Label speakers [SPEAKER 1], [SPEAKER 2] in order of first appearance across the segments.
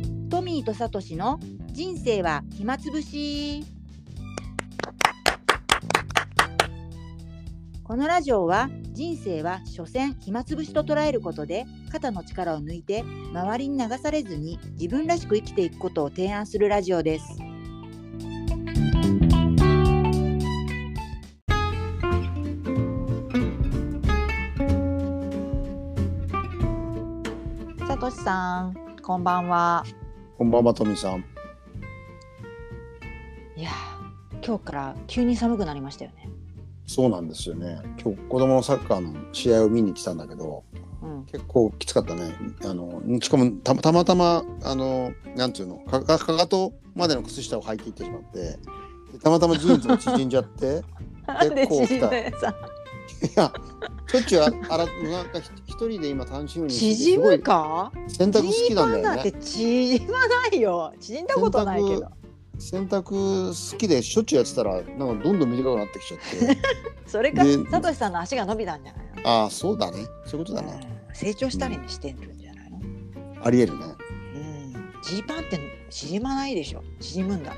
[SPEAKER 1] ートさとしの人生は暇つぶし。このラジオは人生は所詮暇つぶしと捉えることで肩の力を抜いて周りに流されずに自分らしく生きていくことを提案するラジオです。さとしさん、こんばんは。
[SPEAKER 2] こんばんは、トミさん。
[SPEAKER 1] いやー、今日から急に寒くなりましたよね。
[SPEAKER 2] そうなんですよね。今日子供のサッカーの試合を見に来たんだけど、
[SPEAKER 1] うん、
[SPEAKER 2] 結構きつかったね。あの、しかもたたまたま、あの、なんていうの、かかかかとまでの靴下を履いていってしまって、でたまたまジーンズも縮んじゃって、 い
[SPEAKER 1] なんで縮んだやつ
[SPEAKER 2] や、しょっちゅうあ洗っなんかひ一人で今単身赴任して
[SPEAKER 1] 縮むか
[SPEAKER 2] すごい洗濯好きなんだ
[SPEAKER 1] 縮ま
[SPEAKER 2] よ
[SPEAKER 1] って
[SPEAKER 2] ね。
[SPEAKER 1] 縮まないよ縮んだことないけど
[SPEAKER 2] 洗濯好きでしょっちゅうやってたら、なんかどんどん短くなってきちゃって。
[SPEAKER 1] それか
[SPEAKER 2] で
[SPEAKER 1] さとしさんの足が伸びたんじゃないの
[SPEAKER 2] ああ、そうだね。そういうことだね。
[SPEAKER 1] うん成長したりしてるんじゃないのうん
[SPEAKER 2] ありえるね。
[SPEAKER 1] ジーパンって縮まないでしょ縮むんだ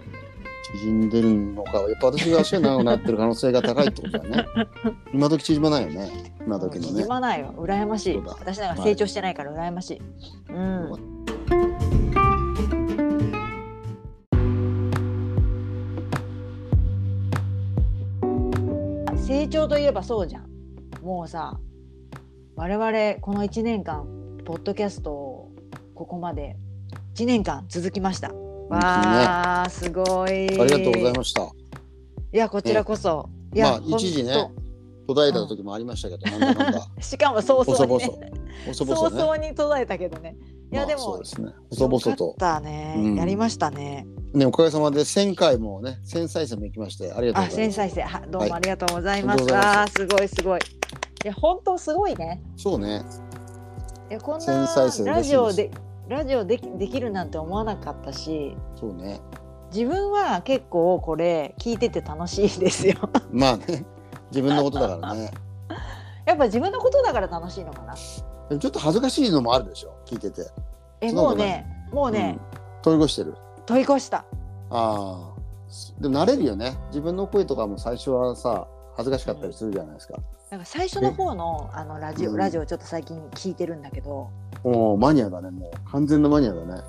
[SPEAKER 2] 縮んでるのか、やっぱ私が足が長くなってる可能性が高いってことだ ね。今時縮まないよね。今時のね
[SPEAKER 1] 縮。まないよ羨ましい
[SPEAKER 2] そうだ
[SPEAKER 1] 私なんか成長してないから羨ましい、うん成長といえばそうじゃんもうさ我々この1年間ポッドキャストをここまで1年間続きました。
[SPEAKER 2] 当にね
[SPEAKER 1] わあ、すごい。あり
[SPEAKER 2] ありがとうござい
[SPEAKER 1] す。
[SPEAKER 2] ました。
[SPEAKER 1] いやこちらこそ。い
[SPEAKER 2] ま
[SPEAKER 1] や
[SPEAKER 2] あ一時ね
[SPEAKER 1] ほんと
[SPEAKER 2] 途絶えた時もありましたけど、なんだなんだ。
[SPEAKER 1] しかも早々
[SPEAKER 2] 細
[SPEAKER 1] に、
[SPEAKER 2] 々
[SPEAKER 1] ね、。
[SPEAKER 2] 細
[SPEAKER 1] 早
[SPEAKER 2] 々ね。
[SPEAKER 1] 々に途絶えたけどね。いや
[SPEAKER 2] ま
[SPEAKER 1] で
[SPEAKER 2] あそう
[SPEAKER 1] も
[SPEAKER 2] で、すね。細々
[SPEAKER 1] よか
[SPEAKER 2] と。
[SPEAKER 1] ったね、
[SPEAKER 2] うん
[SPEAKER 1] やりましたね。
[SPEAKER 2] ね、おかげさまで1000回もね、1000再生も行きまして、ありがとう
[SPEAKER 1] あ、
[SPEAKER 2] ござい
[SPEAKER 1] 繊細
[SPEAKER 2] ます。
[SPEAKER 1] 生、はどうも
[SPEAKER 2] は
[SPEAKER 1] ありがとうございまし
[SPEAKER 2] あ
[SPEAKER 1] た。すごいすごい。いや本当すごいね。
[SPEAKER 2] そうね。
[SPEAKER 1] いやこん
[SPEAKER 2] 繊
[SPEAKER 1] な
[SPEAKER 2] 細生
[SPEAKER 1] ラジオ
[SPEAKER 2] 嬉し
[SPEAKER 1] で
[SPEAKER 2] い
[SPEAKER 1] ラジオできできるなんて思わなかったし、
[SPEAKER 2] そうね。
[SPEAKER 1] 自分は結構これ聞いてて楽しいですよ。
[SPEAKER 2] まあね。自分のことだからね。
[SPEAKER 1] やっぱ自分のことだから楽しいのかな。
[SPEAKER 2] でもちょっと恥ずかしいのもあるでしょ。聞いてて。
[SPEAKER 1] え
[SPEAKER 2] そんな
[SPEAKER 1] も
[SPEAKER 2] こ
[SPEAKER 1] う
[SPEAKER 2] とない
[SPEAKER 1] ねもうね、
[SPEAKER 2] うん。取り越してる。
[SPEAKER 1] 問い越した。
[SPEAKER 2] ああ。でも慣れるよね。自分の声とかも最初はさ、恥ずかしかったりするじゃないですか。
[SPEAKER 1] なんか最初の方のあのラジオ、
[SPEAKER 2] うん
[SPEAKER 1] ラジオちょっと最近聞いてるんだけど、
[SPEAKER 2] おお、マニアだね。もう完全なマニアだね。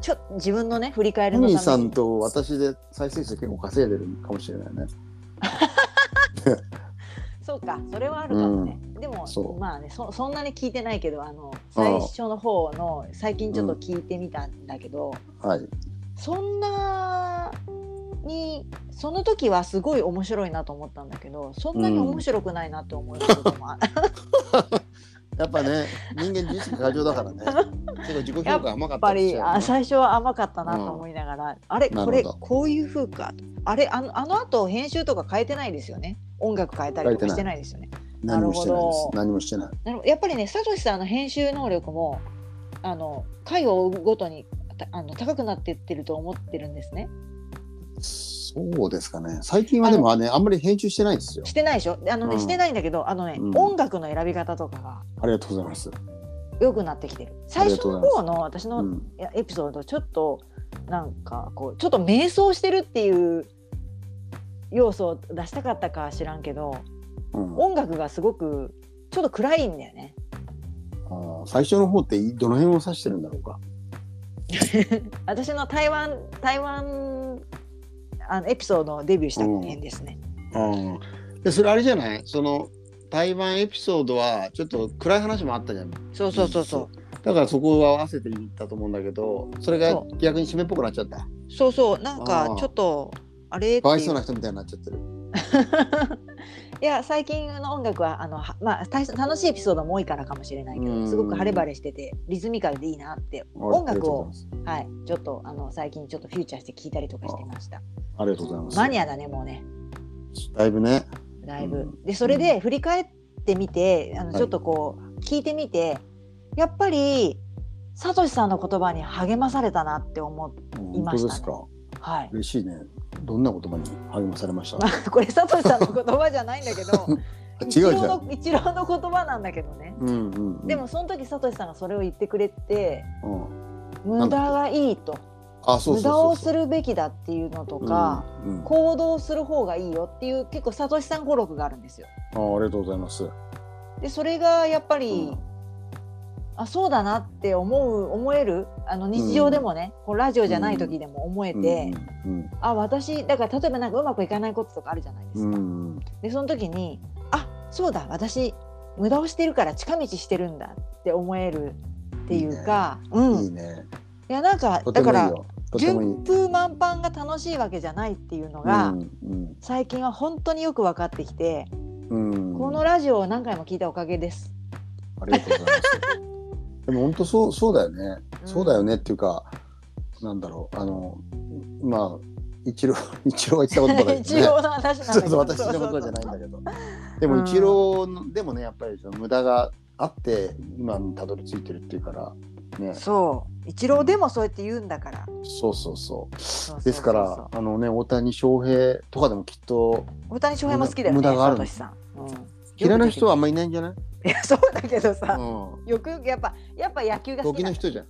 [SPEAKER 1] ちょっと自分のね振り返り
[SPEAKER 2] ト
[SPEAKER 1] の
[SPEAKER 2] ミー
[SPEAKER 1] た
[SPEAKER 2] さ
[SPEAKER 1] め
[SPEAKER 2] ん
[SPEAKER 1] に。
[SPEAKER 2] と私で再生数結構稼いでるかもしれないね。
[SPEAKER 1] そうかそれはあるかもね。でも
[SPEAKER 2] そう
[SPEAKER 1] まあねそそんなに聞いてないけどあの
[SPEAKER 2] あ
[SPEAKER 1] 最
[SPEAKER 2] あ
[SPEAKER 1] 初の方の最近ちょっと聞いてみたんだけど、
[SPEAKER 2] はい。
[SPEAKER 1] そんなにその時はすごい面白いなと思ったんだけどそんなに面白くないなって思うこともある、
[SPEAKER 2] やっぱね、人間自意識過剰だから ね。結構自己評価甘か
[SPEAKER 1] や
[SPEAKER 2] っ
[SPEAKER 1] ったぱ
[SPEAKER 2] り
[SPEAKER 1] り
[SPEAKER 2] しちゃう
[SPEAKER 1] あ
[SPEAKER 2] よね
[SPEAKER 1] 最初は甘かったなと思いながら、あれ
[SPEAKER 2] なるほ
[SPEAKER 1] こ
[SPEAKER 2] ど
[SPEAKER 1] れこういう風かあれあのあの後編集とか変えてないですよね音楽変えたりとかしてないですよね
[SPEAKER 2] 何もしてないです。
[SPEAKER 1] な
[SPEAKER 2] 何もしてない。
[SPEAKER 1] なるほどやっぱりねさとしさんの編集能力もあの回を追うごとにたあの高くなってってると思ってるんですね
[SPEAKER 2] そうですかね。最近はでもあね、あんまり編集してないですよ
[SPEAKER 1] し。てないでしょあのね、
[SPEAKER 2] うん
[SPEAKER 1] してないんだけどあのね、
[SPEAKER 2] うん
[SPEAKER 1] 音楽の選び方とかが
[SPEAKER 2] ありがとうございます。
[SPEAKER 1] 良くなってきてる
[SPEAKER 2] あ
[SPEAKER 1] 最
[SPEAKER 2] りが
[SPEAKER 1] 初
[SPEAKER 2] とうご
[SPEAKER 1] の
[SPEAKER 2] ざいます
[SPEAKER 1] 方の私の
[SPEAKER 2] うん。
[SPEAKER 1] いやエピソードちょっとなんかこうちょっと迷走してるっていう要素を出したかったかは知らんけど
[SPEAKER 2] うん
[SPEAKER 1] 音楽がすごくちょっと暗いんだよね。
[SPEAKER 2] あー最初の方ってどの辺を指してるんだろうか。
[SPEAKER 1] 私の台湾台湾あのエピソードをデビューした辺ですね。
[SPEAKER 2] うん、でそれあれじゃないその台湾エピソードはちょっと暗い話もあったじゃんだ
[SPEAKER 1] そうそうそうそう。
[SPEAKER 2] からそこは合わせていったと思うんだけどそれが
[SPEAKER 1] そ
[SPEAKER 2] 逆に締めっぽくなっちゃった
[SPEAKER 1] そうそうなんかちょっとあれっていう
[SPEAKER 2] かわいそうな人みたいになっちゃってる
[SPEAKER 1] いや最近の音楽はあのはまあ大し楽しいエピソードも多いからかもしれないけ
[SPEAKER 2] う
[SPEAKER 1] ど
[SPEAKER 2] ん
[SPEAKER 1] すごく晴れ晴れしててリズミカルでいいなって音楽をはい、ちょっとあの最近ちょっとフューチャーして聞いたりとかしてました。
[SPEAKER 2] ありがとうございます
[SPEAKER 1] マニアだねもうね、
[SPEAKER 2] だいぶね
[SPEAKER 1] だいぶ。
[SPEAKER 2] うん
[SPEAKER 1] でそれで振り返ってみて、あの
[SPEAKER 2] はい
[SPEAKER 1] ちょっとこう聞いてみて、やっぱりサトシさんの言葉に励まされたなって思う。い
[SPEAKER 2] 本
[SPEAKER 1] ましたね
[SPEAKER 2] 当ですか
[SPEAKER 1] はい。
[SPEAKER 2] 嬉しいねどんな言葉に励まされました
[SPEAKER 1] これサトシさんの言葉じゃないんだけど、
[SPEAKER 2] 違う
[SPEAKER 1] 一
[SPEAKER 2] じゃ
[SPEAKER 1] 郎
[SPEAKER 2] ん
[SPEAKER 1] の一郎の言葉なんだけどね。
[SPEAKER 2] うんうんうん
[SPEAKER 1] でもその時サトシさんがそれを言ってくれて、
[SPEAKER 2] うん
[SPEAKER 1] 無駄がいいと。
[SPEAKER 2] あそうそ
[SPEAKER 1] 無
[SPEAKER 2] う
[SPEAKER 1] 駄を
[SPEAKER 2] そう
[SPEAKER 1] するべきだっていうのとか、
[SPEAKER 2] うんうんあ
[SPEAKER 1] 行動する方がいいよっていう結構サトシさん語録があるんですよ。
[SPEAKER 2] ありがとうございます。
[SPEAKER 1] でそれがやっぱ
[SPEAKER 2] う
[SPEAKER 1] り、
[SPEAKER 2] ん
[SPEAKER 1] あそうだなって思う思えるあの日常でもね、こうラジオじゃない時でも思えて、
[SPEAKER 2] うん
[SPEAKER 1] あ私だから例えばなんかうまくいかないこととかあるじゃないで
[SPEAKER 2] う
[SPEAKER 1] す
[SPEAKER 2] ん
[SPEAKER 1] か。
[SPEAKER 2] うん
[SPEAKER 1] でその時にあそうだ私無駄をしてるから近道してるんだって思えるっていうか
[SPEAKER 2] う
[SPEAKER 1] うんん、
[SPEAKER 2] い
[SPEAKER 1] い
[SPEAKER 2] いね。
[SPEAKER 1] やなんか
[SPEAKER 2] とて
[SPEAKER 1] だ
[SPEAKER 2] も
[SPEAKER 1] か
[SPEAKER 2] いい
[SPEAKER 1] ら
[SPEAKER 2] よ。とてもいい。
[SPEAKER 1] 順風満帆が楽しいわけじゃないっていうの
[SPEAKER 2] う
[SPEAKER 1] が、
[SPEAKER 2] んうん
[SPEAKER 1] 最近は本当によく分かってきて、
[SPEAKER 2] うん。
[SPEAKER 1] このラジオを何回も聞いたおかげです。
[SPEAKER 2] ありがとうございます。 でも本当そうそうだよね。そうだよねっていうか、なんだろうあのまあ一郎 一郎は言ったことばかりで す
[SPEAKER 1] 一
[SPEAKER 2] ね。
[SPEAKER 1] 応の話なんだ
[SPEAKER 2] ち
[SPEAKER 1] け
[SPEAKER 2] ょ っ
[SPEAKER 1] ど
[SPEAKER 2] と私のことじゃないんだけど。でも一郎のでもねやっぱりその無駄があって今にたどり着いてるっていうからね。
[SPEAKER 1] そう一郎でもそうやって言うんだから
[SPEAKER 2] そうそうそう。
[SPEAKER 1] そうそうそうそう
[SPEAKER 2] ですからあのね大谷翔平とかでもきっと
[SPEAKER 1] 大谷翔平も好きだよね
[SPEAKER 2] 無駄がある
[SPEAKER 1] サトシさん、うん、
[SPEAKER 2] 嫌いな人はあんまりいないんじゃない？
[SPEAKER 1] いやそうだけどさ、
[SPEAKER 2] う
[SPEAKER 1] よくやっぱやっぱ野球
[SPEAKER 2] ん。
[SPEAKER 1] が好き
[SPEAKER 2] 時
[SPEAKER 1] な
[SPEAKER 2] の
[SPEAKER 1] んだ
[SPEAKER 2] 人じゃん。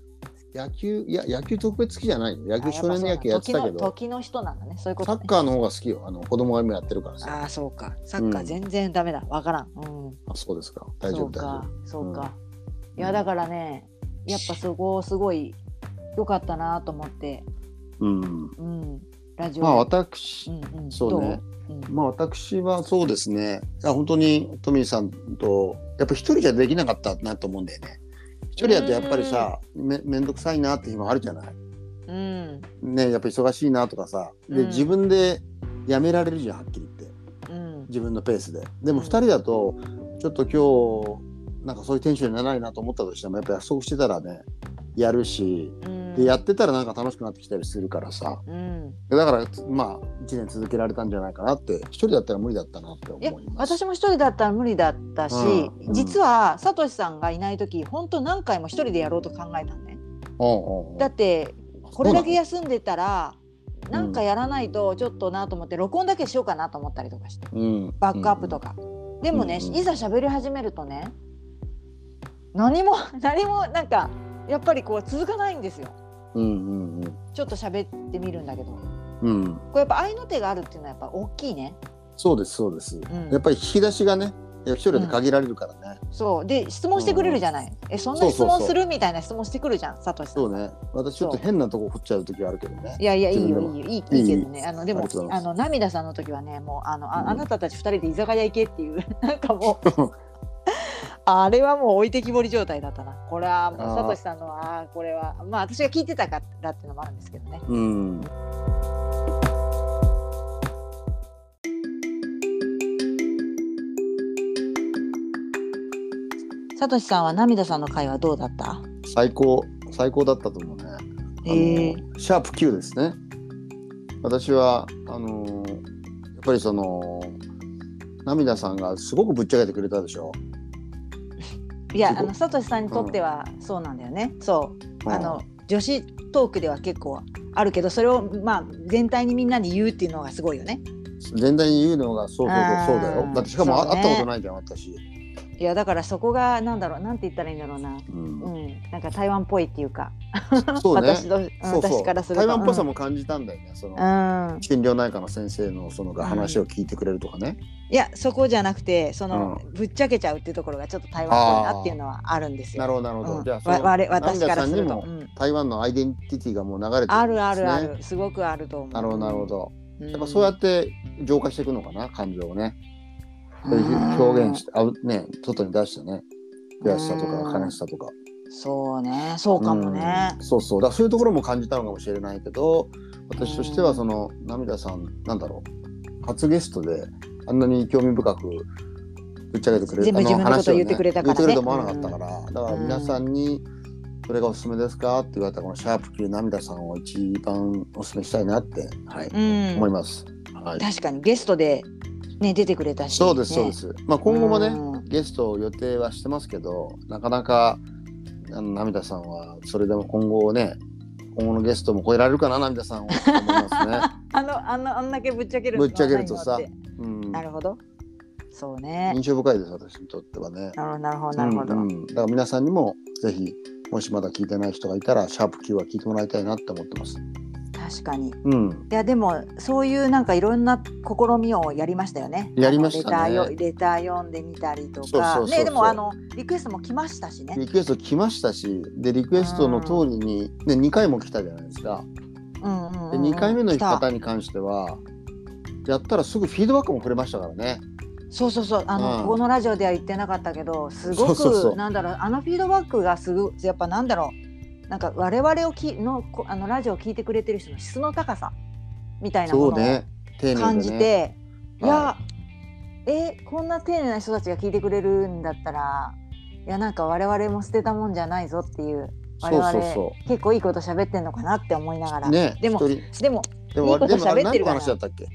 [SPEAKER 2] 野球いや野球特別好きじゃないよ。野
[SPEAKER 1] あ
[SPEAKER 2] 球
[SPEAKER 1] やっ
[SPEAKER 2] 少
[SPEAKER 1] ぱそうなん
[SPEAKER 2] 年の野
[SPEAKER 1] だ
[SPEAKER 2] 球やってたけ
[SPEAKER 1] 時の
[SPEAKER 2] ど。
[SPEAKER 1] 時の人なんだねそういうこ
[SPEAKER 2] サ
[SPEAKER 1] と、
[SPEAKER 2] ッ
[SPEAKER 1] ね、
[SPEAKER 2] カーの方が好きよ。あの子供が今やってるからさ。
[SPEAKER 1] ああそうかサッカー全然ダメだわからん、うん、
[SPEAKER 2] あそうですか。大丈夫大丈夫。
[SPEAKER 1] そうかそうか、
[SPEAKER 2] うん
[SPEAKER 1] いやだからねやっぱそこすごい良かったなと思って
[SPEAKER 2] うん。
[SPEAKER 1] うんラジオ
[SPEAKER 2] まあ
[SPEAKER 1] う
[SPEAKER 2] 私、
[SPEAKER 1] んうん
[SPEAKER 2] そうね
[SPEAKER 1] どううん
[SPEAKER 2] まあ私はそうですね。いや本当にトミーさんとやっぱ一人じゃできなかったなと思うんだよね。一人だとやっぱりさ、めめんどくさいなって日もあるじゃない。
[SPEAKER 1] うん
[SPEAKER 2] ね、やっぱ忙しいなとかさ。で、
[SPEAKER 1] うん
[SPEAKER 2] 自分でやめられるじゃんはっきり言って。
[SPEAKER 1] うん
[SPEAKER 2] 自分のペースで。でも
[SPEAKER 1] うん
[SPEAKER 2] 二人だとちょっと今日なんかそういうテンションにならないなと思ったとしてもやっぱ約束してたらねやるし。
[SPEAKER 1] うん
[SPEAKER 2] でやってたらなんか楽しくなってきたりするからさ。
[SPEAKER 1] うん
[SPEAKER 2] だからまあ1年続けられたんじゃないかなって一人だったら無理だったなって
[SPEAKER 1] いや
[SPEAKER 2] 思います。
[SPEAKER 1] 私も一人だったら無理だったし、
[SPEAKER 2] うんうん
[SPEAKER 1] 実はさとしさんがいない時本当何回も一人でやろうと考えたのね。
[SPEAKER 2] うんうんうん
[SPEAKER 1] だってこれだけ
[SPEAKER 2] そう
[SPEAKER 1] 休んでたらなんかやらないとちょっとなと思って録音だけしようかなと思ったりとかして
[SPEAKER 2] なのうん
[SPEAKER 1] バックアップとか。でもね、
[SPEAKER 2] うんうん
[SPEAKER 1] いざ喋り始めるとね何も 何もなんかやっぱりこう続かないんですよ。
[SPEAKER 2] うんうんうん
[SPEAKER 1] ちょっと喋ってみるんだけどこ
[SPEAKER 2] うん、うん、
[SPEAKER 1] れやっぱ愛の手があるっていうのはやっぱ大きいね。
[SPEAKER 2] そうですそうです。
[SPEAKER 1] うん
[SPEAKER 2] やっぱり引き出しがねいや一人で限られるからね、
[SPEAKER 1] そうで質問してくれるじゃない、えそんな質
[SPEAKER 2] そうそう
[SPEAKER 1] 問
[SPEAKER 2] そう
[SPEAKER 1] するみたいな質問してくるじゃんさとしさん
[SPEAKER 2] そうね私ちょっと変なとこ掘っちゃう時はあるけどね
[SPEAKER 1] いやいやいい
[SPEAKER 2] 自
[SPEAKER 1] よ
[SPEAKER 2] 分
[SPEAKER 1] いい
[SPEAKER 2] で
[SPEAKER 1] よいいいい
[SPEAKER 2] いい
[SPEAKER 1] けどねあので
[SPEAKER 2] あり
[SPEAKER 1] も
[SPEAKER 2] がとうござ
[SPEAKER 1] あ
[SPEAKER 2] います
[SPEAKER 1] の涙さんの時はねもうあのあ,、
[SPEAKER 2] うん
[SPEAKER 1] あなたたち二人で居酒屋行けっていう なんかもうあれはもう置いてきぼり状態だったなこれはもう
[SPEAKER 2] あー
[SPEAKER 1] さとしさんのああこれはまあ私が聞いてたからっていうのもあるんですけどね
[SPEAKER 2] うん
[SPEAKER 1] さとしさんは涙さんの会はどうだった
[SPEAKER 2] 最高最高だったと思うねあの
[SPEAKER 1] へえ
[SPEAKER 2] シャープ Q ですね私はあのーやっぱりその涙さんがすごくぶっちゃけてくれたでしょ、
[SPEAKER 1] いやあのさとしさんにとってはそうなんだよね、そう
[SPEAKER 2] うん
[SPEAKER 1] あの女子トークでは結構あるけどそれをまあ全体にみんなに言うっていうのがすごいよね。
[SPEAKER 2] 全体に言うのがそうそうそう
[SPEAKER 1] あー
[SPEAKER 2] そうだよだってしかもあ
[SPEAKER 1] そうね
[SPEAKER 2] 会ったことないじゃん私、
[SPEAKER 1] いやだからそこがなんだろうなんて言ったらいいんだろうな、
[SPEAKER 2] うん
[SPEAKER 1] うん、なんか台湾っぽいっていうか
[SPEAKER 2] そうね
[SPEAKER 1] 私のうん
[SPEAKER 2] そうそう
[SPEAKER 1] 私からすると
[SPEAKER 2] 台湾っぽさも感じたんだよね、その
[SPEAKER 1] うん、うん
[SPEAKER 2] 心療内科の先生のそのが話を聞いてくれるとかね、
[SPEAKER 1] いやそこじゃなくてその、ぶっちゃけちゃうっていうところがちょっと台湾っぽいなっていうのはあるんですよ。
[SPEAKER 2] なるほどなるほど、
[SPEAKER 1] うん
[SPEAKER 2] じゃあそ
[SPEAKER 1] わ
[SPEAKER 2] の
[SPEAKER 1] 我々私からする
[SPEAKER 2] 涙
[SPEAKER 1] と、
[SPEAKER 2] さ
[SPEAKER 1] うんん、
[SPEAKER 2] 台湾のアイデンティティがもう流れて
[SPEAKER 1] あ
[SPEAKER 2] るんで
[SPEAKER 1] るあ
[SPEAKER 2] すね
[SPEAKER 1] るあるすごくあると思う。
[SPEAKER 2] なるほどなるほど、
[SPEAKER 1] うん。
[SPEAKER 2] やっぱそうやって浄化していくのかな感情をねそううい
[SPEAKER 1] ん
[SPEAKER 2] う表現してあね外に出してね悔しさとか悲しさとか
[SPEAKER 1] そうねそうかもね
[SPEAKER 2] う。んそうそうだからそういうところも感じたのかもしれないけど私としてはその涙さんなんだろう初ゲストであんなに興味深くぶっちゃけてくれる
[SPEAKER 1] 全部自分のことを言ってくれたからね
[SPEAKER 2] あの話を言ってくれると思わなかったから、だから皆さんに「それがおすすめですか?」って言われたこの「シャープ #9 涙さん」を一番おすすめしたいなって、はい
[SPEAKER 1] うん
[SPEAKER 2] 思います。はい、
[SPEAKER 1] 確かにゲストでね出てくれたし、
[SPEAKER 2] そうです
[SPEAKER 1] ね
[SPEAKER 2] そうです、まあ、今後もね、
[SPEAKER 1] うん
[SPEAKER 2] ゲストを予定はしてますけどなかなかあの涙さんはそれでも今後ね今後のゲストも超えられるかな涙さんをと思います ね。
[SPEAKER 1] あのあのあんだけぶっちゃける
[SPEAKER 2] ぶっちゃけるとさ
[SPEAKER 1] ないのって
[SPEAKER 2] うん、
[SPEAKER 1] なるほどそうね
[SPEAKER 2] 印象深いです私にとってはね。
[SPEAKER 1] なるほどなるほどなるほど、
[SPEAKER 2] うんうんだから皆さんにもぜひもしまだ聞いてない人がいたら「シャープ #9」は聞いてもらいたいなって思ってます。
[SPEAKER 1] 確かに。い
[SPEAKER 2] うん、
[SPEAKER 1] やでもそういうなんかいろんな試みをやりましたよね。
[SPEAKER 2] やりましたね
[SPEAKER 1] あのレターよレター読んでみたりとか。
[SPEAKER 2] そうそうそうそう
[SPEAKER 1] ねでもあのリクエストも来ましたしね。
[SPEAKER 2] リクエスト来ましたしでリクエストの通りに、で2回も来たじゃないですか
[SPEAKER 1] うんうんうん
[SPEAKER 2] で2回目の行き方に関してはやったらすぐフィードバックもくれましたからね
[SPEAKER 1] そうそうそうあの、
[SPEAKER 2] うん
[SPEAKER 1] ここのラジオでは言ってなかったけどすごく
[SPEAKER 2] そうそうそう
[SPEAKER 1] なんだろうあのフィードバックがすぐやっぱなんだろうなんか我々をきのこあのラジオを聞いてくれてる人の質の高さみたいな
[SPEAKER 2] そ
[SPEAKER 1] も
[SPEAKER 2] う
[SPEAKER 1] のを
[SPEAKER 2] ね丁寧でね
[SPEAKER 1] 感じて、いや
[SPEAKER 2] は、
[SPEAKER 1] えこんな丁寧な人たちが聞いてくれるんだったらいやなんか我々も捨てたもんじゃないぞっていう我々
[SPEAKER 2] そうそうそ
[SPEAKER 1] 結構いいこと喋ってんのかなって思いながら、
[SPEAKER 2] ね
[SPEAKER 1] でも
[SPEAKER 2] 一人
[SPEAKER 1] でも
[SPEAKER 2] でも
[SPEAKER 1] い
[SPEAKER 2] あれ
[SPEAKER 1] いこと
[SPEAKER 2] でもあれ
[SPEAKER 1] 喋って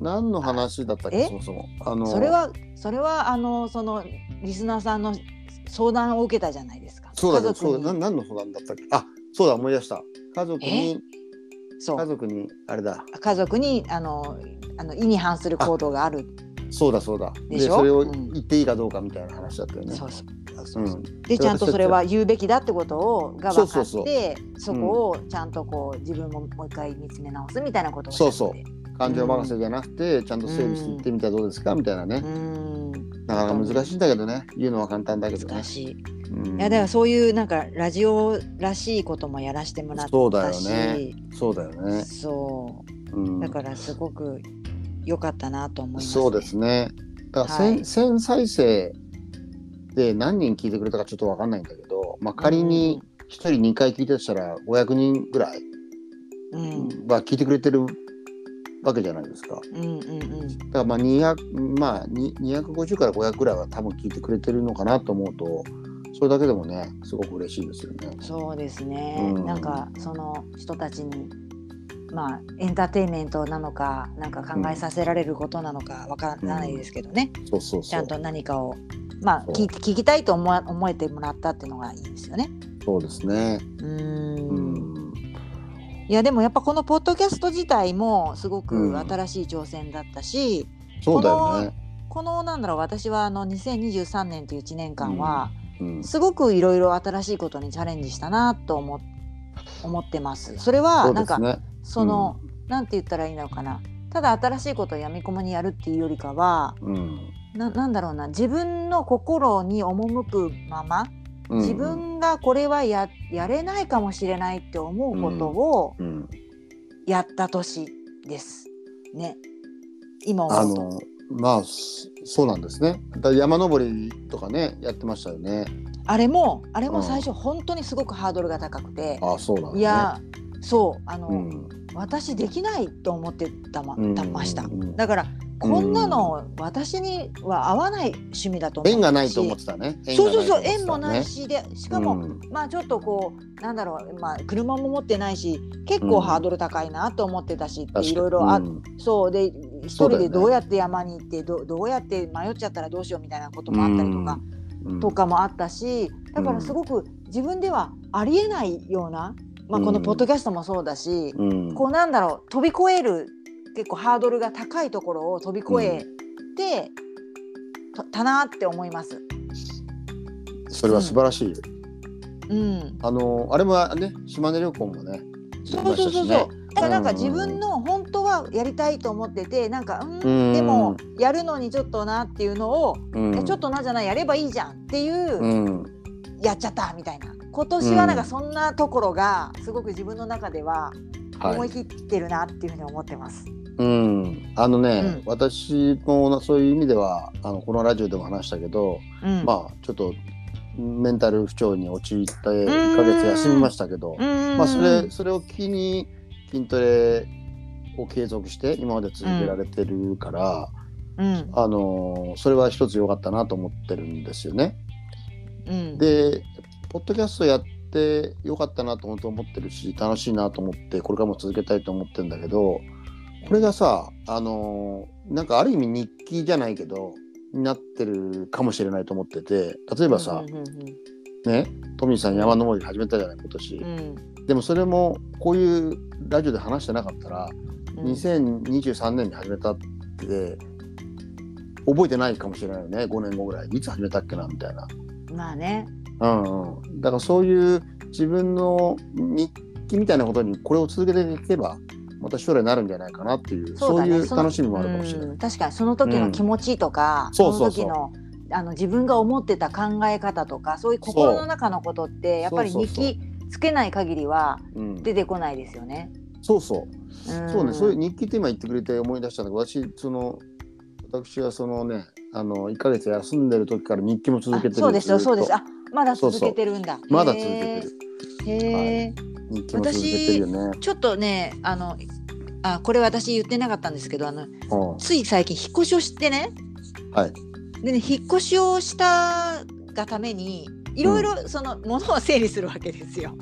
[SPEAKER 2] 何
[SPEAKER 1] る
[SPEAKER 2] の
[SPEAKER 1] から
[SPEAKER 2] 話だったっけ何の話だったっけ
[SPEAKER 1] え
[SPEAKER 2] そもそもあの
[SPEAKER 1] それはそれはあのそのリスナーさんの相談を受けたじゃないですか。
[SPEAKER 2] そうだ、
[SPEAKER 1] 家
[SPEAKER 2] ね、そう
[SPEAKER 1] 族
[SPEAKER 2] だな
[SPEAKER 1] に
[SPEAKER 2] 何の相談だったっけあそうだ思い出した家族に
[SPEAKER 1] そう
[SPEAKER 2] 家族にあれだ
[SPEAKER 1] 家族にあのあの意に反する行動がある。
[SPEAKER 2] そうだそうだ
[SPEAKER 1] で
[SPEAKER 2] で
[SPEAKER 1] しょ
[SPEAKER 2] それを
[SPEAKER 1] うん
[SPEAKER 2] 言っていいかどうかみたいな話だったよね、
[SPEAKER 1] そうそう
[SPEAKER 2] うん
[SPEAKER 1] でちゃんとそれは言うべきだってことをが分か
[SPEAKER 2] そう
[SPEAKER 1] って
[SPEAKER 2] そ
[SPEAKER 1] そうこをちゃんとこう自分ももう一回見つめ直すみたいなことを
[SPEAKER 2] そうそう
[SPEAKER 1] う
[SPEAKER 2] 感情任せじゃなくて、ちゃんと整理していってみたらどうですかみたいなね、
[SPEAKER 1] ん
[SPEAKER 2] なかなか難しいんだけどね言うのは簡単だけどね
[SPEAKER 1] 難、しい。い
[SPEAKER 2] うん
[SPEAKER 1] やだからそういうなんかラジオらしいこともやらせてもらったし
[SPEAKER 2] そうだよねそうだよね、
[SPEAKER 1] そう
[SPEAKER 2] うん、
[SPEAKER 1] だからすごく良かったなと思います、
[SPEAKER 2] そうですね。だから
[SPEAKER 1] はい
[SPEAKER 2] 1000、1000再生で何人聞いてくれたかちょっとわかんないんだけど、まあ、仮に1人2回聞いたとしたら500人ぐらい
[SPEAKER 1] うん。
[SPEAKER 2] は聞いてくれてるわけじゃないですか。だ
[SPEAKER 1] うんうんうん。
[SPEAKER 2] からまあ200、まあ、に250から500ぐらいは多分聞いてくれてるのかなと思うと、それだけでもね、すごく嬉しいですよね。
[SPEAKER 1] そうですね。
[SPEAKER 2] うん
[SPEAKER 1] なんかその人たちに。まあ、エンターテインメントなのか、なんか考えさせられることなのか、わからないですけどね。
[SPEAKER 2] そうそうそう。
[SPEAKER 1] ちゃんと何かを。まあ、
[SPEAKER 2] そう
[SPEAKER 1] 聞聞きたいと思わ、思えてもらったっていうのがいいですよね。
[SPEAKER 2] そうですね。
[SPEAKER 1] うー。
[SPEAKER 2] うんん。
[SPEAKER 1] いや、でも、やっぱこのポッドキャスト自体も、すご
[SPEAKER 2] うん
[SPEAKER 1] く新しい挑戦だったし。
[SPEAKER 2] そうだよね。
[SPEAKER 1] この、なんだろう、私は、あの、2023年という一年間は。
[SPEAKER 2] うん。
[SPEAKER 1] すごくいろいろ新しいことにチャレンジしたなと思っ思ってます。それは
[SPEAKER 2] そう
[SPEAKER 1] な
[SPEAKER 2] で
[SPEAKER 1] んか
[SPEAKER 2] す
[SPEAKER 1] そ,、
[SPEAKER 2] ね。
[SPEAKER 1] の、なんて言ったらいいのかな。ただ新しいことをやみこもにやるっていうよりかは
[SPEAKER 2] うん。
[SPEAKER 1] ななんだろうな自分の心に赴くまま
[SPEAKER 2] うん
[SPEAKER 1] 自、分がこれはややれないかもしれないって思うことを
[SPEAKER 2] うん、
[SPEAKER 1] やった年です。ね。今
[SPEAKER 2] あ
[SPEAKER 1] 思うと
[SPEAKER 2] のまあそそうなんですね。だ山登りとかねやってましたよね。
[SPEAKER 1] あれもあれ
[SPEAKER 2] う
[SPEAKER 1] も
[SPEAKER 2] ん
[SPEAKER 1] 最初本当にすごくハードルが高くて、
[SPEAKER 2] あそうなんだ、ね。
[SPEAKER 1] いやそうあの、
[SPEAKER 2] うん、
[SPEAKER 1] 私できないと思ってたま
[SPEAKER 2] うん
[SPEAKER 1] たました
[SPEAKER 2] うん
[SPEAKER 1] だからこんなの私には合わない趣味だと思ってたし
[SPEAKER 2] 縁がないと思ってたね。
[SPEAKER 1] そうそうそう縁
[SPEAKER 2] 縁
[SPEAKER 1] も
[SPEAKER 2] が
[SPEAKER 1] な
[SPEAKER 2] ない
[SPEAKER 1] い
[SPEAKER 2] と
[SPEAKER 1] しでしか
[SPEAKER 2] 思
[SPEAKER 1] も、
[SPEAKER 2] ってたね、
[SPEAKER 1] まあちょっとこうなんだろうまあ車も持ってないし結構ハードル高いなと思ってたしっていろいろあ
[SPEAKER 2] っ
[SPEAKER 1] そうで一
[SPEAKER 2] そ
[SPEAKER 1] 人
[SPEAKER 2] うだよね
[SPEAKER 1] でどうやって山に行ってどどうやって迷っちゃったらどうしようみたいなこともあったりとか、とかもあったしだからすごく自分ではありえないような、まあ、このポッドキャストもそうだし、
[SPEAKER 2] うん
[SPEAKER 1] こうなんだろう飛び越える結構ハードルが高いところを飛び越えて、とたなって思います。
[SPEAKER 2] それは素晴らしい。
[SPEAKER 1] うん、
[SPEAKER 2] あのあれもね島根旅行もね。
[SPEAKER 1] そうそうそうそう。
[SPEAKER 2] 行きましたしね
[SPEAKER 1] だからなんか
[SPEAKER 2] うんうん
[SPEAKER 1] 自
[SPEAKER 2] うん
[SPEAKER 1] 分の本当はやりたいと思っててなんかうん
[SPEAKER 2] うん
[SPEAKER 1] でもやるのにちょっとなっていうのを、
[SPEAKER 2] うん
[SPEAKER 1] いやちょっとなじゃないやればいいじゃんっていう、
[SPEAKER 2] うん
[SPEAKER 1] やっちゃったみたいな今年はなん
[SPEAKER 2] う
[SPEAKER 1] か
[SPEAKER 2] ん
[SPEAKER 1] そんなところがすごく自分の中では思
[SPEAKER 2] はいい。
[SPEAKER 1] 切ってるなっていうふうに思ってます。
[SPEAKER 2] うんあのね、
[SPEAKER 1] うん
[SPEAKER 2] 私もそういう意味ではあのこのラジオでも話したけど、
[SPEAKER 1] うん
[SPEAKER 2] まあちょっとメンタル不調に陥って1ヶ月休みましたけど、
[SPEAKER 1] うん
[SPEAKER 2] まあ、それそれを機に筋トレを継続して今まで続けられてるから、
[SPEAKER 1] うん
[SPEAKER 2] あのーそれは一つ良かったなと思ってるんですよね。
[SPEAKER 1] うん
[SPEAKER 2] でポッドキャストやって良かったなと本当思ってるし楽しいなと思ってこれからも続けたいと思ってるんだけどこれがさあのーなんかある意味日記じゃないけどになってるかもしれないと思ってて例えばさ、
[SPEAKER 1] うんうんうんうん
[SPEAKER 2] ねトミーさん山登り始めたじゃない今年、
[SPEAKER 1] うん
[SPEAKER 2] でもそれもこういうラジオで話してなかったら、
[SPEAKER 1] うん
[SPEAKER 2] 2023年に始めたって覚えてないかもしれないよね5年後ぐらいいつ始めたっけなみたいな、
[SPEAKER 1] まあね。
[SPEAKER 2] うんうん、だからそういう自分の日記みたいなことにこれを続けていけばまた将来なるんじゃないかなっていう
[SPEAKER 1] そう
[SPEAKER 2] そう,、
[SPEAKER 1] だね
[SPEAKER 2] いう
[SPEAKER 1] その
[SPEAKER 2] 楽しみもあるかもしれない。
[SPEAKER 1] うん確かにその時の気持ちとか、
[SPEAKER 2] ん
[SPEAKER 1] そ
[SPEAKER 2] そうそう
[SPEAKER 1] の
[SPEAKER 2] そう
[SPEAKER 1] 時のあの自分が思ってた考え方とかそういう心の中のことってやっぱり
[SPEAKER 2] そう
[SPEAKER 1] 日
[SPEAKER 2] そうそう
[SPEAKER 1] 記つけない限りは
[SPEAKER 2] うん
[SPEAKER 1] 出てこないですよね。
[SPEAKER 2] そうそう
[SPEAKER 1] うん
[SPEAKER 2] そうね、そういう日記って今言ってくれて思い出したんだけど、私、その、私はそのね、あの、1ヶ月休んでる時から日記も続けてる
[SPEAKER 1] あそうですよ
[SPEAKER 2] ずっ
[SPEAKER 1] そ
[SPEAKER 2] と
[SPEAKER 1] うですあまだ
[SPEAKER 2] そう
[SPEAKER 1] 続
[SPEAKER 2] そう
[SPEAKER 1] けてるんだ。
[SPEAKER 2] まだ続けてる。
[SPEAKER 1] へーへー
[SPEAKER 2] 日記も続けてるよね。
[SPEAKER 1] ちょっとねあのあこれ私言ってなかったんですけどあの
[SPEAKER 2] うん
[SPEAKER 1] つい最近引っ越しをしてね
[SPEAKER 2] はい。
[SPEAKER 1] でね引っ越しをしたがためにいろいろその物を整理するわけですよ。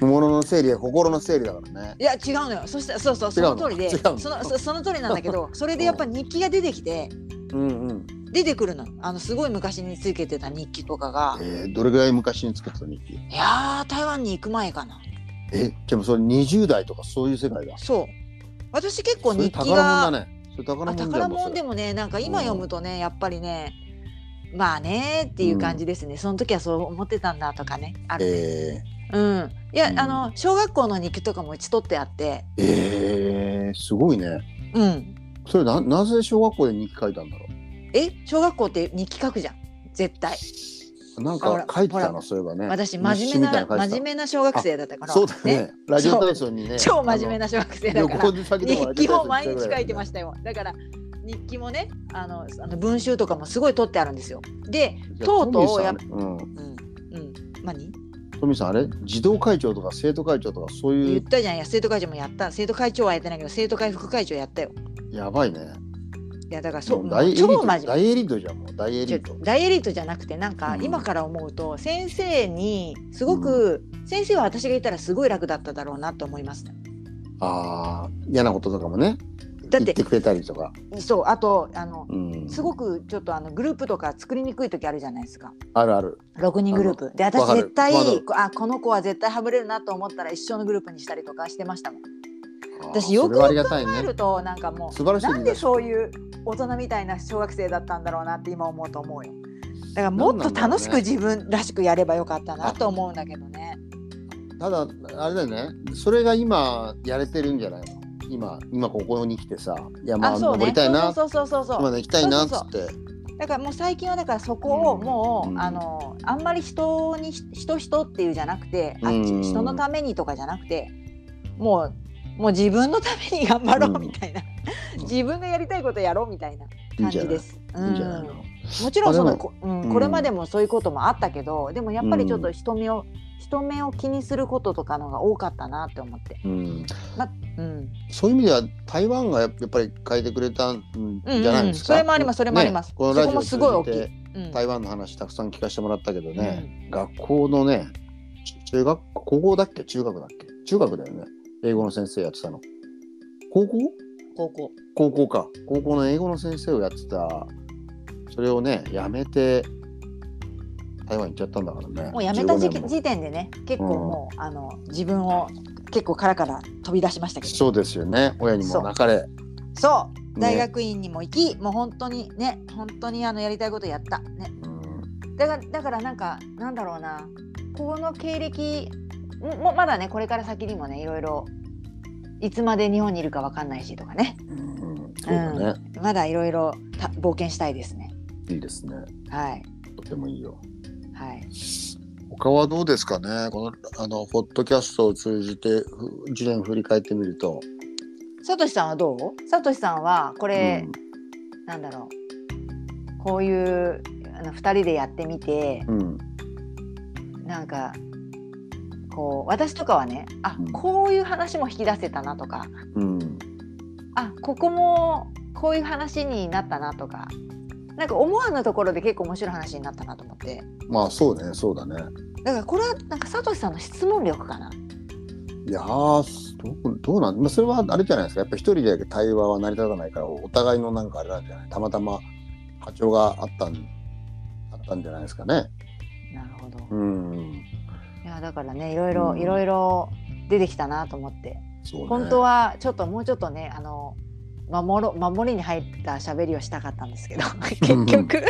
[SPEAKER 2] 物の整理や心の整理だからね。
[SPEAKER 1] いや違うのよそしたらそうそうそ
[SPEAKER 2] 違う
[SPEAKER 1] の
[SPEAKER 2] の
[SPEAKER 1] 通りで
[SPEAKER 2] 違う
[SPEAKER 1] そ
[SPEAKER 2] の
[SPEAKER 1] のそその通りなんだけ どそれでやっぱ日記が出てきて
[SPEAKER 2] うんうん。
[SPEAKER 1] 出てくるのあのすごい昔につけてた日記とかが
[SPEAKER 2] えーどれぐらい昔に作ってた日記
[SPEAKER 1] いやー台湾に行く前かな
[SPEAKER 2] え、でもそれ20代とかそういう世界だ。
[SPEAKER 1] そう私結構
[SPEAKER 2] それ
[SPEAKER 1] 日記
[SPEAKER 2] 宝物
[SPEAKER 1] が
[SPEAKER 2] だね。それ宝
[SPEAKER 1] あ
[SPEAKER 2] 物だよ
[SPEAKER 1] 宝
[SPEAKER 2] もうそ
[SPEAKER 1] 物
[SPEAKER 2] れ
[SPEAKER 1] でもねなんか今読むとねやっぱりねまあねっていう感じですね、その時はそう思ってたんだとかねあるね、
[SPEAKER 2] え
[SPEAKER 1] うんいや、
[SPEAKER 2] うん
[SPEAKER 1] あの小学校の日記とかもうち取ってあって
[SPEAKER 2] ー、えー、すごいね。
[SPEAKER 1] うん
[SPEAKER 2] それな、なぜ小学校で日記書いたんだろ
[SPEAKER 1] え小学校って日記書くじゃん絶対
[SPEAKER 2] う。なん
[SPEAKER 1] ほ
[SPEAKER 2] から書いてた
[SPEAKER 1] ほら
[SPEAKER 2] の、そういえばね。
[SPEAKER 1] 私真
[SPEAKER 2] 日
[SPEAKER 1] 面
[SPEAKER 2] 誌
[SPEAKER 1] 目
[SPEAKER 2] みた
[SPEAKER 1] な
[SPEAKER 2] いの書いてた
[SPEAKER 1] 真面目な小学生だったから
[SPEAKER 2] そうだよねラジオ体操にね
[SPEAKER 1] 超真面目な小学生
[SPEAKER 2] あの
[SPEAKER 1] だ
[SPEAKER 2] 旅
[SPEAKER 1] か
[SPEAKER 2] 行
[SPEAKER 1] ら
[SPEAKER 2] で先でも
[SPEAKER 1] 日記を毎日書いてま
[SPEAKER 2] し
[SPEAKER 1] したよだから日記もねあのあの文集とかもすごい取ってあるんですよで
[SPEAKER 2] た
[SPEAKER 1] とうとうや
[SPEAKER 2] や
[SPEAKER 1] っ
[SPEAKER 2] う
[SPEAKER 1] うん
[SPEAKER 2] ん
[SPEAKER 1] うん何
[SPEAKER 2] トミーさんあれ児童会長とか生徒会長とかそうい
[SPEAKER 1] 言
[SPEAKER 2] う
[SPEAKER 1] ったじゃんいや生徒会長もやった生徒会長はやってないけど生徒会副会長やったよ
[SPEAKER 2] やばいね
[SPEAKER 1] いやだからそう
[SPEAKER 2] もう
[SPEAKER 1] も
[SPEAKER 2] 大エ
[SPEAKER 1] う
[SPEAKER 2] リー
[SPEAKER 1] 超
[SPEAKER 2] ト
[SPEAKER 1] 真面目
[SPEAKER 2] 大エリートじゃんもう大エリ
[SPEAKER 1] ちょ
[SPEAKER 2] ート
[SPEAKER 1] 大エリートじゃなくてなんか
[SPEAKER 2] うん
[SPEAKER 1] 今から思うと先生にすごく、先生は私がいたらすごい楽だっただろうなと思いますね
[SPEAKER 2] ああ嫌なこととかもね
[SPEAKER 1] だっ
[SPEAKER 2] 言
[SPEAKER 1] て
[SPEAKER 2] ってくれたりとか
[SPEAKER 1] そうあとあの
[SPEAKER 2] うん
[SPEAKER 1] すごくちょっとあのグループとか作りにくい時あるじゃないですか
[SPEAKER 2] あるある
[SPEAKER 1] 6人グループで
[SPEAKER 2] わ
[SPEAKER 1] 私
[SPEAKER 2] かる
[SPEAKER 1] 絶対
[SPEAKER 2] わかる
[SPEAKER 1] あこの子は絶対はぶれるなと思ったら一緒のグループにしたりとかしてましたもん
[SPEAKER 2] あー
[SPEAKER 1] 私よ
[SPEAKER 2] そ
[SPEAKER 1] く
[SPEAKER 2] れはありがたい
[SPEAKER 1] 考え
[SPEAKER 2] ね
[SPEAKER 1] るとなんかも
[SPEAKER 2] 素晴ら
[SPEAKER 1] う
[SPEAKER 2] しい
[SPEAKER 1] なんでそういう大人みたいな小学生だったんだろうなって今思うと思うよだからもっと楽しく自分らしくやればよかったなと思うんだけどね
[SPEAKER 2] ただあれだよねそれが今やれてるんじゃないの今今ここに来てさ山
[SPEAKER 1] あそう
[SPEAKER 2] 登
[SPEAKER 1] ね
[SPEAKER 2] りたいな
[SPEAKER 1] そうそうそうそうそう
[SPEAKER 2] 今ね行きたいなっつって
[SPEAKER 1] だからもう最近はだからそこをもう、
[SPEAKER 2] うん
[SPEAKER 1] あのあんまり人に人人っていうじゃなくて、あ
[SPEAKER 2] うん
[SPEAKER 1] 人のためにとかじゃなくてもうもう自分のために頑張ろうみたいな、
[SPEAKER 2] う ん
[SPEAKER 1] 自分がやりたいことやろうみたいない
[SPEAKER 2] いん
[SPEAKER 1] 感
[SPEAKER 2] じゃ
[SPEAKER 1] じ
[SPEAKER 2] ない
[SPEAKER 1] です。
[SPEAKER 2] いいんじゃないの
[SPEAKER 1] もちろんそ
[SPEAKER 2] あ
[SPEAKER 1] の
[SPEAKER 2] で
[SPEAKER 1] こ,、うん
[SPEAKER 2] うん
[SPEAKER 1] これまでもそういうこともあったけどでもやっぱりちょっと人目を、人目を気にすることとかのが多かったなって思って、
[SPEAKER 2] うん
[SPEAKER 1] まうん、
[SPEAKER 2] そういう意味では台湾がやっぱり変えてくれたんじゃないですか。
[SPEAKER 1] うんうんそれもありますそれもあります
[SPEAKER 2] ねこのラジオを
[SPEAKER 1] そこもすごい大きい
[SPEAKER 2] 通じて
[SPEAKER 1] うん
[SPEAKER 2] 台湾の話たくさん聞かせてもらったけどね、学校のね、ち中学高校だっけ中学だっけ中学だよね。英語の先生やってたの。高校？
[SPEAKER 1] 高校
[SPEAKER 2] 高校か。高校の英語の先生をやってた。それをね、やめて台湾行っちゃったんだからね。
[SPEAKER 1] もうやめた時
[SPEAKER 2] 15年も
[SPEAKER 1] 時点でね結構もう、あの自分を結構からから飛び出しましたけど
[SPEAKER 2] そうですよね。親にも泣かれ。
[SPEAKER 1] そう
[SPEAKER 2] ね
[SPEAKER 1] 大学院にも行き、もう本当にね本当にあのやりたいことやったね
[SPEAKER 2] うん
[SPEAKER 1] だからだからなんかなんだろうなこの経歴ももまだねこれから先にもねいろいろいつまで日本にいるかわかんないしとかね
[SPEAKER 2] うんうんそうだね。
[SPEAKER 1] まだいろいろた冒険したいですね
[SPEAKER 2] いいですね。
[SPEAKER 1] はい
[SPEAKER 2] とてもいいよ。
[SPEAKER 1] はい
[SPEAKER 2] 他はどうですかねこのあのポッドキャストを通じてふ一年振り返ってみると、
[SPEAKER 1] さとしさんはどうさとしさんはこれ、なんだろうこういうあの2人でやってみて
[SPEAKER 2] うんうん
[SPEAKER 1] なんかこう私とかはねあ
[SPEAKER 2] うん
[SPEAKER 1] こういう話も引き出せたなとか
[SPEAKER 2] うん
[SPEAKER 1] あここもこういう話になったなとかなんか思わぬところで結構面白い話になったなと思って
[SPEAKER 2] まあそうねそうだね
[SPEAKER 1] だからこれはなんかさとしさんの質問力かない
[SPEAKER 2] やーどうどうなん、まあ、それはあれじゃないですかやっぱ一人で対話は成り立たないからお互いのなんかあれなんじゃないたまたま波長があったんあったんじゃないですかね
[SPEAKER 1] なるほど
[SPEAKER 2] うん
[SPEAKER 1] いやだからねいろいろ、
[SPEAKER 2] うん
[SPEAKER 1] いろいろ出てきたなと思って
[SPEAKER 2] そうね
[SPEAKER 1] 本当はちょっともうちょっとねあの守ろ守りに入った喋りをしたかったんです けど結局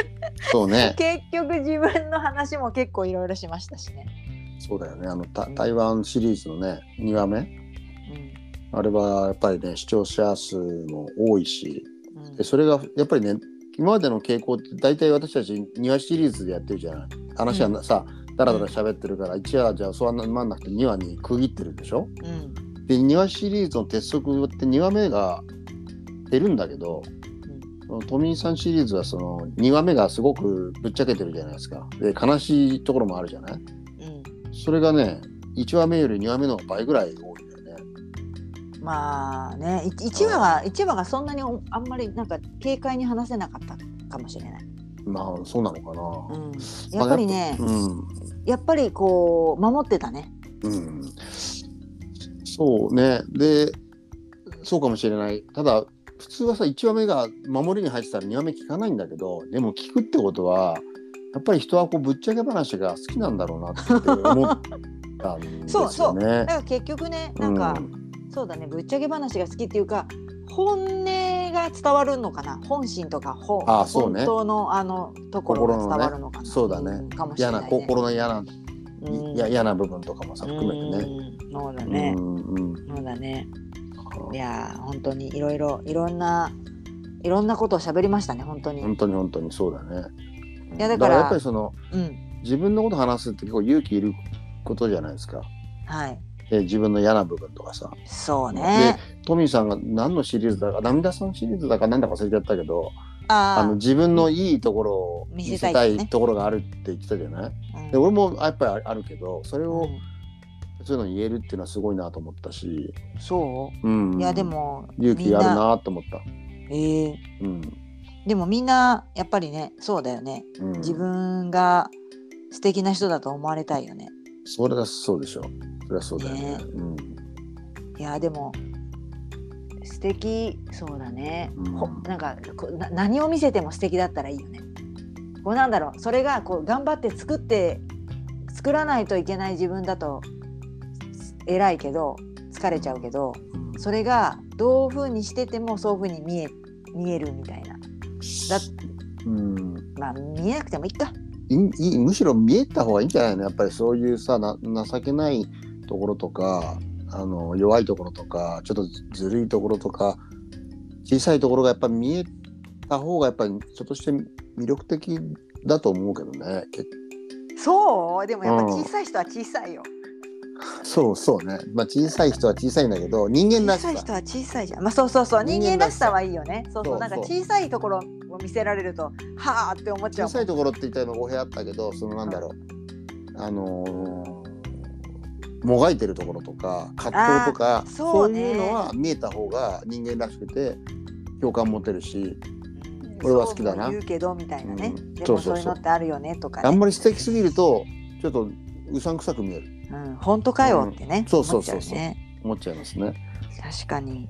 [SPEAKER 2] そうね
[SPEAKER 1] 結局自分の話も結構いろいろしましたしね。
[SPEAKER 2] そうだよねあのた台湾シリーズのね2話目
[SPEAKER 1] うん
[SPEAKER 2] あれはやっぱりね視聴者数も多いしでそれがやっぱりね今までの傾向って大体私たち2話シリーズでやってるじゃない話はなさ、だらだら喋ってるから1話じゃそうなんなくて2話に区切ってるでしょ
[SPEAKER 1] うん
[SPEAKER 2] で2話シリーズの鉄則って2話目が出るんだけど、そのトミーさんシリーズはその2話目がすごくぶっちゃけてるじゃないですかで悲しいところもあるじゃない
[SPEAKER 1] うん
[SPEAKER 2] それがね1話目より2話目の方が倍ぐらい多いんだよね
[SPEAKER 1] まあねい一話が一話がそんなにおあんまりなんか軽快に話せなかったかもしれない。
[SPEAKER 2] まあそうなの
[SPEAKER 1] う
[SPEAKER 2] か
[SPEAKER 1] ん、
[SPEAKER 2] な、
[SPEAKER 1] やっぱりね、
[SPEAKER 2] まあやっぱ
[SPEAKER 1] やっぱりこう守ってたね。
[SPEAKER 2] うん、うん、そうねでそうかもしれないただ普通はさ1話目が守りに入ってたら2話目聞かないんだけどでも聞くってことはやっぱり人はこうぶっちゃけ話が好きなんだろうなって思ったんですよ
[SPEAKER 1] そう
[SPEAKER 2] ね。
[SPEAKER 1] そうだから結局ねなんか、
[SPEAKER 2] うん
[SPEAKER 1] そうだねぶっちゃけ話が好きっていうか本音が伝わるのかな本心とか本
[SPEAKER 2] あそうね
[SPEAKER 1] 本当のあのところが伝わるのかな。
[SPEAKER 2] 心のねそうだね
[SPEAKER 1] んかもしれ
[SPEAKER 2] 嫌
[SPEAKER 1] ない、
[SPEAKER 2] な
[SPEAKER 1] ね。
[SPEAKER 2] 心の嫌な、
[SPEAKER 1] うん
[SPEAKER 2] いや嫌な部分とかもさ含めてね。
[SPEAKER 1] うんそうだね
[SPEAKER 2] う。んうん
[SPEAKER 1] そうだね。いやー本当にいろいろいろんないろんなことを喋りましたね本当に。
[SPEAKER 2] 本当に本当にそうだね。
[SPEAKER 1] いやだから
[SPEAKER 2] やっぱりその
[SPEAKER 1] うん
[SPEAKER 2] 自分のこと話すって結構勇気いることじゃないですか。
[SPEAKER 1] はい
[SPEAKER 2] で自分の嫌な部分とかさ。
[SPEAKER 1] そうね。
[SPEAKER 2] でトミーさんが何のシリーズだか涙さんシリーズだかなんだか忘れちゃったけどあ
[SPEAKER 1] あ
[SPEAKER 2] の自分のいいところを
[SPEAKER 1] 見
[SPEAKER 2] 見
[SPEAKER 1] せ
[SPEAKER 2] せ
[SPEAKER 1] た
[SPEAKER 2] た
[SPEAKER 1] い
[SPEAKER 2] い,、
[SPEAKER 1] ね
[SPEAKER 2] ところがあるって言ってたじゃない
[SPEAKER 1] あ、うん
[SPEAKER 2] で俺もやっぱりあるけどそれ
[SPEAKER 1] う
[SPEAKER 2] を
[SPEAKER 1] ん
[SPEAKER 2] そういうのに言えるっていうのはすごいなと思ったし、
[SPEAKER 1] そうう、
[SPEAKER 2] ん、
[SPEAKER 1] いやでも
[SPEAKER 2] 勇気
[SPEAKER 1] みん
[SPEAKER 2] ある
[SPEAKER 1] な
[SPEAKER 2] なと思った。
[SPEAKER 1] えー
[SPEAKER 2] うん
[SPEAKER 1] でもみんなやっぱりねそうだよね
[SPEAKER 2] うん、
[SPEAKER 1] 自分が素敵な人だと思われたいよね。
[SPEAKER 2] それはそうでしょそれはそうだよね
[SPEAKER 1] ね
[SPEAKER 2] うん
[SPEAKER 1] いやでも素敵そうだね、
[SPEAKER 2] うん
[SPEAKER 1] ほなんかこな何を見せても素敵だったらいいよねこうなんだろうそれがこう頑張って作って作らないといけない自分だとす偉いけど疲れちゃうけど
[SPEAKER 2] うん
[SPEAKER 1] それがどういうふうにしててもそういうふうに見え見えるみたいな
[SPEAKER 2] うん
[SPEAKER 1] まあ見えなくてもいいか
[SPEAKER 2] いいいいむしろ見えた方がいいんじゃないのやっぱりそういうさな情けないところとかあの弱いところとかちょっとずるいところとか小さいところがやっぱ見えた方がやっぱりちょっとして魅力的だと思うけどね結
[SPEAKER 1] そうでもやっぱ
[SPEAKER 2] うん
[SPEAKER 1] 小さい人は小さいよ、
[SPEAKER 2] そうそうね、まあ、小さい人は小さいんだけど人間ら
[SPEAKER 1] 小
[SPEAKER 2] し
[SPEAKER 1] さ
[SPEAKER 2] さ
[SPEAKER 1] い人は小さいじゃんまあそうそうそう人間
[SPEAKER 2] 人間
[SPEAKER 1] ら
[SPEAKER 2] ら
[SPEAKER 1] し
[SPEAKER 2] し
[SPEAKER 1] さ
[SPEAKER 2] さ
[SPEAKER 1] はいいよねそうそう
[SPEAKER 2] そうそう
[SPEAKER 1] なんか小さいところを見せられるとはあって思っちゃう
[SPEAKER 2] 小
[SPEAKER 1] もん
[SPEAKER 2] さいところって言ったら今語弊あったけどそのなんだろうあのーもがいてるところとか葛藤とか
[SPEAKER 1] あーそ
[SPEAKER 2] そうう,、
[SPEAKER 1] ね
[SPEAKER 2] いうのは見えた方が人間らしくて共感持てるし
[SPEAKER 1] うん
[SPEAKER 2] 俺は好きだな
[SPEAKER 1] そうも言うけどみたいなね、
[SPEAKER 2] うん
[SPEAKER 1] で
[SPEAKER 2] そ
[SPEAKER 1] も
[SPEAKER 2] うそ
[SPEAKER 1] そううい
[SPEAKER 2] そう
[SPEAKER 1] うのってあるよねとか
[SPEAKER 2] あん
[SPEAKER 1] ね、
[SPEAKER 2] まり素敵すぎるとちょっとうさんくさく見える
[SPEAKER 1] うん、本当かよってね、
[SPEAKER 2] うんそうそう
[SPEAKER 1] 思っちゃね
[SPEAKER 2] 思っちゃいますね。
[SPEAKER 1] 確かに